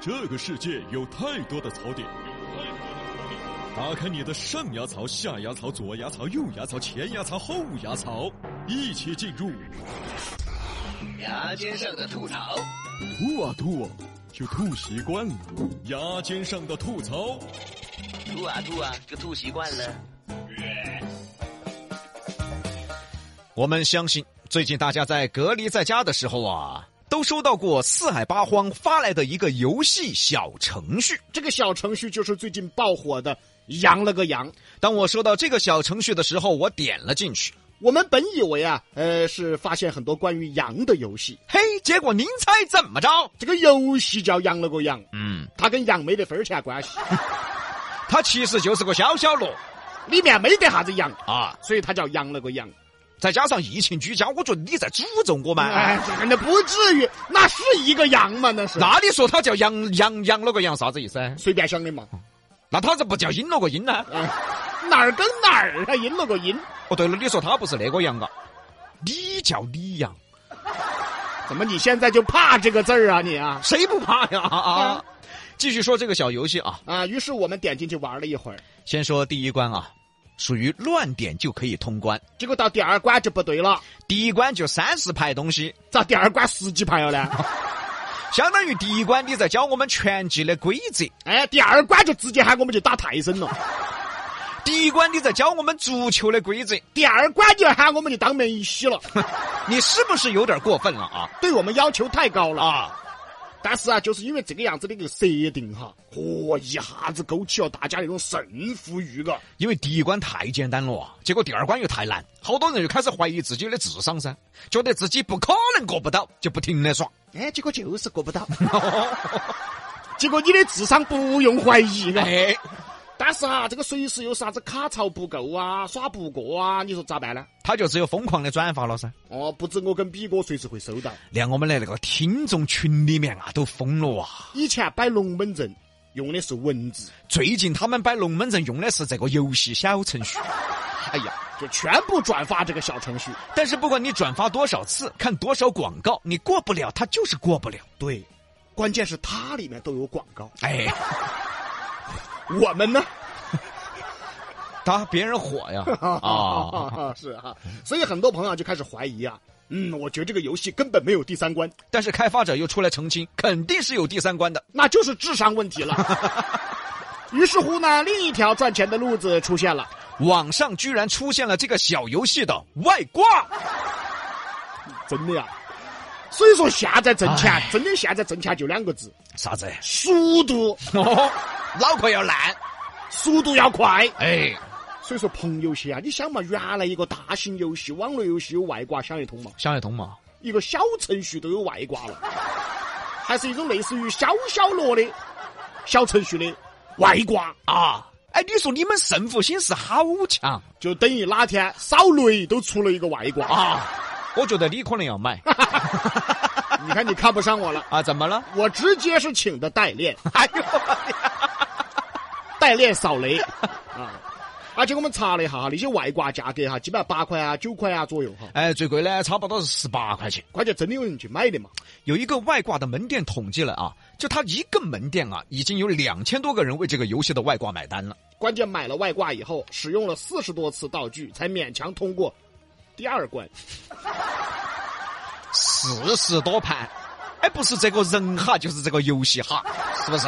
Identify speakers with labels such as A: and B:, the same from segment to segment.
A: 这个世界有太多的槽点，打开你的上牙槽、下牙槽、左牙槽、右牙槽、前牙槽、后牙槽，一起进入
B: 牙尖上的吐槽，
A: 吐啊吐啊，就吐习惯了。牙尖上的吐槽，
B: 吐啊吐啊，就吐习惯了。
C: 我们相信，最近大家在隔离在家的时候啊，都收到过四海八荒发来的一个游戏小程序。
D: 这个小程序就是最近爆火的“羊了个羊
C: 当我收到这个小程序的时候，我点了进去，”。
D: 我们本以为啊，呃，是发现很多关于羊的游戏。
C: 嘿，结果您猜怎么着？
D: 这个游戏叫“羊了个羊
C: 嗯，”，
D: 它跟羊没得分儿钱关系，
C: 它其实就是个消消乐
D: 里面没得啥子羊，
C: 啊。
D: 所以它叫“羊了个羊
C: 再加上疫情居家，我觉得你在诅咒我”。嘛。
D: 哎，这个那不至于，那是一个羊吗？那是
C: 那你说它叫羊羊羊了个羊啥子意思？
D: 随便想的嘛，
C: 那它这不叫阴了个阴呢？
D: 哎哪儿跟哪儿啊？阴了个阴，
C: 哦，对了，你说它不是那个羊啊， 你叫李羊，
D: 怎么你现在就怕这个字儿啊你啊？
C: 谁不怕呀？啊
D: 啊
C: 啊！继续说这个小游戏啊，
D: 啊，于是我们点进去玩了一会儿，
C: 先说第一关啊，属于乱点就可以通关。
D: 结果到第二关就不对了，
C: 第一关就三十排东西，
D: 咋第二关十几盘了呢？
C: 相当于第一关你在教我们拳击的规则，
D: 哎，第二关就直接喊我们去打泰森了。
C: 第一关你在教我们足球的规则，
D: 第二关就喊我们就当梅西了，
C: 你是不是有点过分了啊？
D: 对我们要求太高了。
C: 啊，
D: 但是啊，就是因为这个样子的一个设定哈，嚯、一下子勾起了大家那种胜负欲啊！
C: 因为第一关太简单了啊，结果第二关又太难，好多人就开始怀疑自己的智商噻，觉得自己不可能过不到，就不停的耍。
D: 哎，结果就是过不到， 结果你的智商不用怀疑啊。
C: 哎，
D: 但是啊，这个随时有啥子卡槽不够啊，耍不过啊，你说咋办呢？
C: 他就只有疯狂的转发了噻。
D: 哦，不止我跟比哥随时会收到，
C: 连我们的那个听众群里面啊都疯了啊！
D: 以前摆龙门阵用的是文字，
C: 最近他们摆龙门阵用的是这个游戏小程序，哎呀，
D: 就全部转发这个小程序。
C: 但是不管你转发多少次，看多少广告，你过不了，它就是过不了。
D: 对，关键是它里面都有广告，
C: 哎，
D: 我们呢？
C: 他别人火呀啊！
D: 是哈、所以很多朋友就开始怀疑啊，嗯，我觉得这个游戏根本没有第三关，
C: 但是开发者又出来澄清，肯定是有第三关的。
D: 那就是智商问 题了。于是乎呢，另一条赚钱的路子出现了。
C: 网上居然出现了这个小游戏的外挂，
D: 真的呀。所以说现在挣钱
C: 哎，
D: 真的现在挣钱就两个字：
C: 啥子？
D: 速度，
C: 哦，脑壳要烂！
D: 速度要快。
C: 哎，
D: 所以说朋友些啊，你想嘛，原来一个大型游戏、网络游戏有外挂，想得通嘛？
C: 想得通嘛？
D: 一个小程序都有外挂了，还是一种类似于消消乐的小程序的外挂，
C: 啊，哎，你说你们胜负心是好强
D: 就等于哪天扫雷都出了一个外挂啊！
C: 啊！我觉得你可能要买
D: 你看你看不上我了，
C: 啊？怎么了？
D: 我直接是请的代练，
C: 哎呦我的呀，
D: 代练扫雷啊！而且我们查了一下哈，那些外挂价格哈，基本上八块啊、九块啊左右哈，
C: 哎，最贵呢，差不多是十八块钱。
D: 关键真的有人去买的嘛？
C: 有一个外挂的门店统计了啊，就他一个门店啊，已经有两千多个人为这个游戏的外挂买单了。
D: 关键买了外挂以后，使用了四十多次道具才勉强通过第二关。
C: 四十多盘，哎，不是这个人哈，就是这个游戏哈，是不是？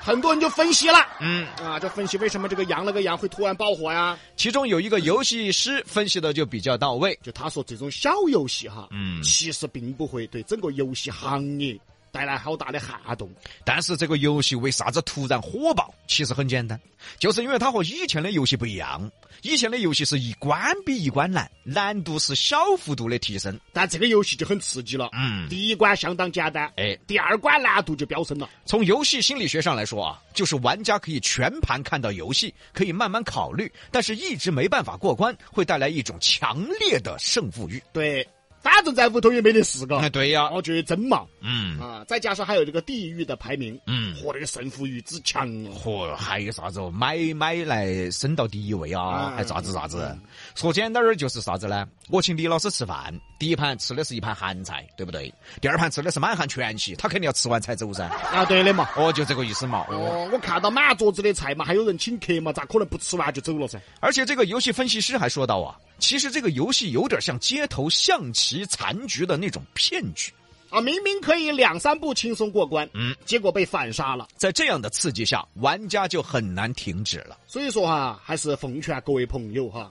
D: 很多人就分析了。
C: 嗯，
D: 啊，这分析为什么这个羊了个羊会突然爆火呀？
C: 其中有一个游戏师分析的就比较到位。
D: 就他说这种小游戏哈，
C: 嗯
D: 其实并不会对整个游戏行业带来好大的撼动。
C: 但是这个游戏为啥子突然火爆？其实很简单，就是因为它和以前的游戏不一样。以前的游戏是一关比一关难，难度是小幅度的提升。
D: 但这个游戏就很刺激了，
C: 嗯
D: 第一关相当简单，
C: 哎
D: 第二关难度就飙升了。
C: 从游戏心理学上来说啊，就是玩家可以全盘看到游戏，可以慢慢考虑，但是一直没办法过关，会带来一种强烈的胜负欲。
D: 对，反正在屋头也没得事
C: 哎，
D: 干，
C: 对呀、
D: 我觉得真忙
C: 嗯
D: 啊！再加上还有这个地域的排名，
C: 嗯，
D: 和这个胜负欲之强哦。
C: 嚯，还有啥子哦买买来升到第一位啊，
D: 嗯
C: 还啥子啥子？说简单点儿就是啥子呢？我请李老师吃饭，第一盘吃的是一盘韩菜，对不对？第二盘吃的是满汉全席，他肯定要吃完才走噻。
D: 啊，对的嘛。
C: 哦，就这个意思嘛。哦，
D: 哦，我看到满桌子的菜嘛，还有人请客嘛，咋可能不吃完就走了噻？
C: 而且这个游戏分析师还说到啊，其实这个游戏有点像街头象棋残局的那种骗局。
D: 啊，明明可以两三步轻松过关，嗯，结果被反杀了。
C: 在这样的刺激下，玩家就很难停止了。
D: 所以说哈，还是奉劝各位朋友哈，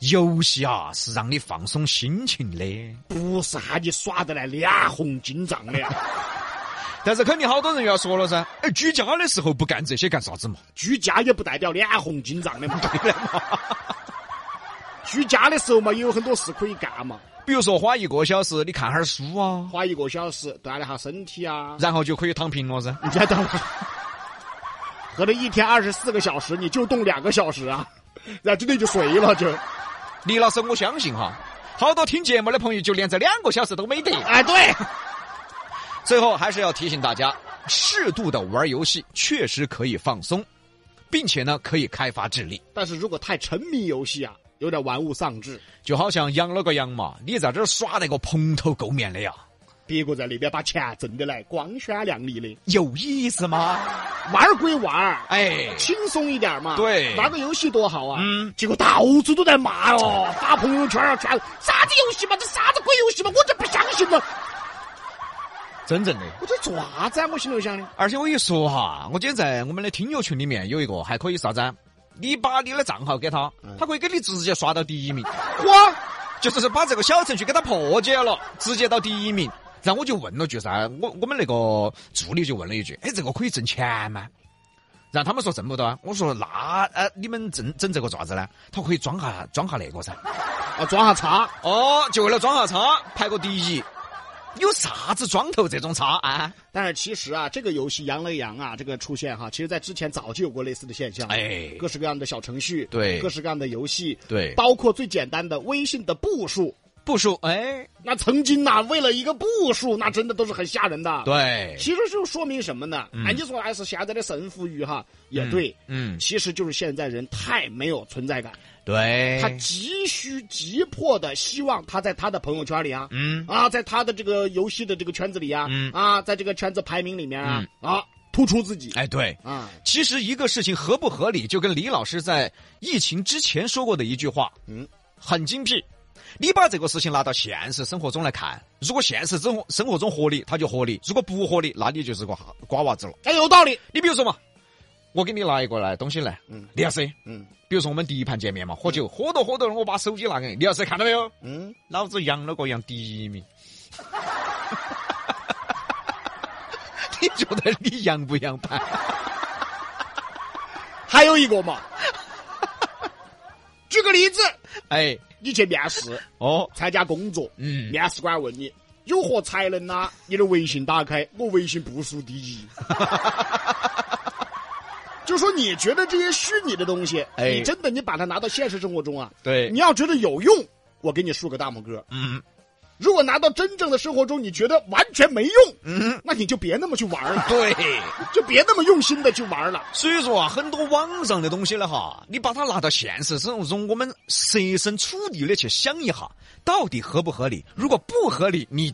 C: 游戏啊，是让你放松心情的。
D: 不是喊你耍得来脸红金胀的 呀。
C: 但是肯定好多人又要说了噻，哎，居家的时候不干这些干啥子嘛？
D: 居家也不代表脸红金胀 的嘛，对的嘛。居家的时候嘛，也有很多事可以干嘛，
C: 比如说花一个小时，你看哈儿书啊，
D: 花一个小时锻炼下身体啊，
C: 然后就可以躺平了噻。
D: 你再等会儿，合着一天二十四个小时，你就动两个小时啊，然后就那就睡了就。
C: 李老师，我相信哈，好多听节目的朋友就连这两个小时都没得。
D: 哎，对，
C: 最后还是要提醒大家，适度的玩游戏确实可以放松，并且呢可以开发智力。
D: 但是如果太沉迷游戏啊，有点玩物丧志，
C: 就好像养了个羊嘛，你在这儿耍那个蓬头垢面的呀，
D: 别个在那边把钱挣得来，光鲜亮丽的，
C: 有意思吗？
D: 玩儿归玩儿，
C: 哎，
D: 轻松一点嘛。
C: 对
D: 玩个游戏多好啊。
C: 嗯，
D: 结果到处都在骂哦，发朋友圈啊，全啥子游戏嘛，这啥子鬼游戏嘛，我这不相信了。
C: 真正的。
D: 我这做啥子啊？我心头想的，
C: 而且我跟你说哈，我今天在我们的听友群里面有一个还可以啥子啊？你把你的账号给他，他可以给你直接刷到第一名。
D: 我
C: 就是把这个小程序给它破解了，直接到第一名。然后我就问了句噻，我我们那个助理就问了一句：“哎，这个可以挣钱吗？”然后他们说挣不到啊。我说那呃，你们挣整这个做啥子呢？他可以装下装下那个噻。
D: 啊装下叉，
C: 哦，就为了装下叉排个第一，有啥子装头这种叉啊？
D: 但是其实啊，这个游戏羊了羊啊，这个出现哈，其实在之前早就有过类似的现象，
C: 哎
D: 各式各样的小程序，
C: 对
D: 各式各样的游戏，
C: 对
D: 包括最简单的微信的步数。
C: 不说哎，
D: 那曾经呐、为了一个步数，那真的都是很吓人的。，
C: 对，
D: 其实就说明什么呢？哎，你说还是现在的胜负欲哈，也对，
C: 嗯，
D: 其实就是现在人太没有存在感，
C: 对，
D: 他急需急迫的希望他在他的朋友圈里啊，
C: 嗯，
D: 啊，在他的这个游戏的这个圈子里啊，
C: 嗯
D: 啊，在这个圈子排名里面啊，啊，突出自己
C: 哎，对，
D: 啊，
C: 其实一个事情合不合理，就跟李老师在疫情之前说过的一句话，
D: 嗯
C: 嗯，很精辟。你把这个事情拿到现实生活中来看，如果现实生活生活中合理，它就合理；如果不合理，那你就是个哈瓜娃子了。
D: 哎，有道理，
C: 你比如说嘛，我给你拿一个来东西来，
D: 嗯
C: 李老师，
D: 嗯
C: 比如说我们第一盘见面嘛，喝酒，喝着喝着，我把手机拿给你，李老师看到没有？
D: 嗯，
C: 老子扬了个扬第一名。 你觉得你扬不扬盘？
D: 还有一 个嘛，举个例子，
C: 哎，
D: 你去面试
C: 哦，
D: 参加工作，
C: 嗯
D: 面试官问你有何才能呐、你的微信打开，我微信步数第 一。就说你觉得这些虚拟的东西，
C: 哎
D: 你真的你把它拿到现实生活中啊，
C: 对
D: 你要觉得有用，我给你竖个大拇哥；
C: 嗯。
D: 如果拿到真正的生活中，你觉得完全没用，
C: 嗯，
D: 那你就别那么去玩 了，
C: 对，
D: 就别那么用心的去玩了。
C: 所以说啊，很多网上的东西了哈，你把它拿到现实生活中，我们设身处地的去想一下，到底合不合理？如果不合理，你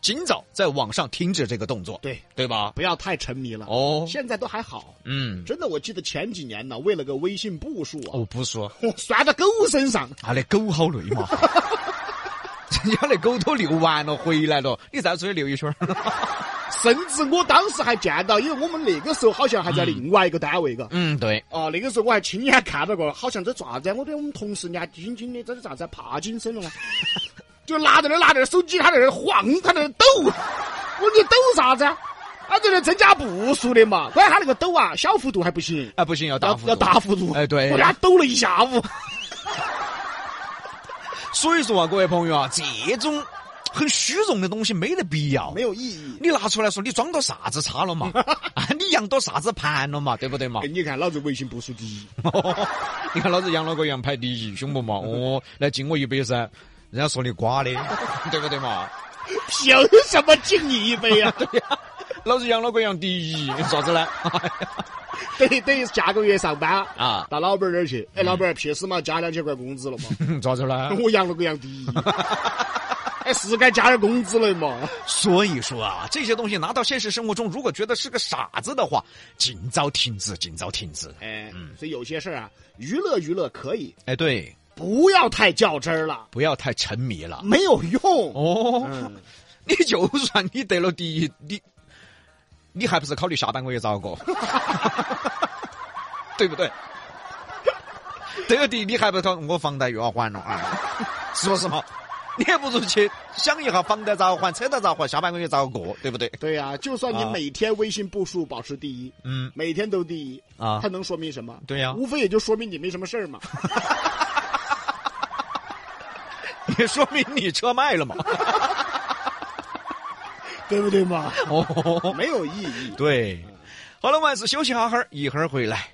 C: 尽早在网上停止这个动作，
D: 对，
C: 对吧？
D: 不要太沉迷了。
C: 哦
D: 现在都还好。
C: 嗯，
D: 真的，我记得前几年呢，为了个微信步数啊，
C: 哦，不说，
D: 我算到狗身上。
C: 他那啊狗好累嘛， 人家那狗都遛完了回来了，你再出去遛一圈儿，
D: 甚至我当时还见到，因为我们那个时候好像还在另外一个单位，嘎、
C: 嗯，对，
D: 哦，那个时候我还亲眼看到过，好像这做啥子啊？我对我们同事人家轻轻的，这是啥子啊？帕金森了吗？ 就拿着那拿着手机，他在那儿晃，他在那儿抖。我说你抖啥子啊？他在那儿增加步数的嘛。关键他那个抖啊，小幅度还不行，
C: 啊，不行，要大
D: 要
C: 幅度
D: 要大幅度。
C: 哎对
D: 我给他抖了一下午。
C: 所以说啊，各位朋友啊，这种很虚荣的东西没得必要，
D: 没有意义。
C: 你拿出来说，你装到啥子叉了 嘛？啊，你扬到啥子盘了嘛？对不对嘛
D: 哎，？ 你看老子微信步数第一，
C: 你看老子扬了个羊排第一，凶不嘛？哦，来敬我一杯噻，人家说你瓜的， 对不对嘛？
D: 凭什么敬你一杯呀、啊？
C: 老子扬了个羊第一，啥子呢？
D: 等等于下个月上班
C: 啊
D: 到老板儿那儿去，哎，老板儿屁事嘛，加两千块工资了嘛，
C: 嗯 咋子呢？
D: 我养了个羊第一。哎，哎，是该加点工资了嘛。
C: 所以说啊，这些东西拿到现实生活中，如果觉得是个傻子的话，尽早停止，尽早停止。
D: 哎，
C: 嗯
D: 所以有些事儿啊，娱乐娱乐可以，
C: 哎，对，
D: 不要太较真儿了，
C: 不要太沉迷了。
D: 没有用。
C: 啊哦，
D: 嗯，
C: 你就算你得了第一，你你还不是考虑下半个月咋过？ 对不对？得了第一，你还不是考我房贷又要还了啊？说实话，你还不如去想一下房贷咋还，车贷咋还，下半个月咋过，对不对？
D: 对呀、就算你
C: 啊
D: 每天微信步数保持第一，
C: 嗯
D: 每天都第一
C: 啊
D: 它能说明什么？
C: 对呀
D: 无非也就说明你没什么事儿 嘛。
C: 也说明你车卖了嘛。
D: 对不对嘛？
C: 哦，
D: 没有意义。
C: 对，好了，我们还是休息哈哈儿，一会儿回来。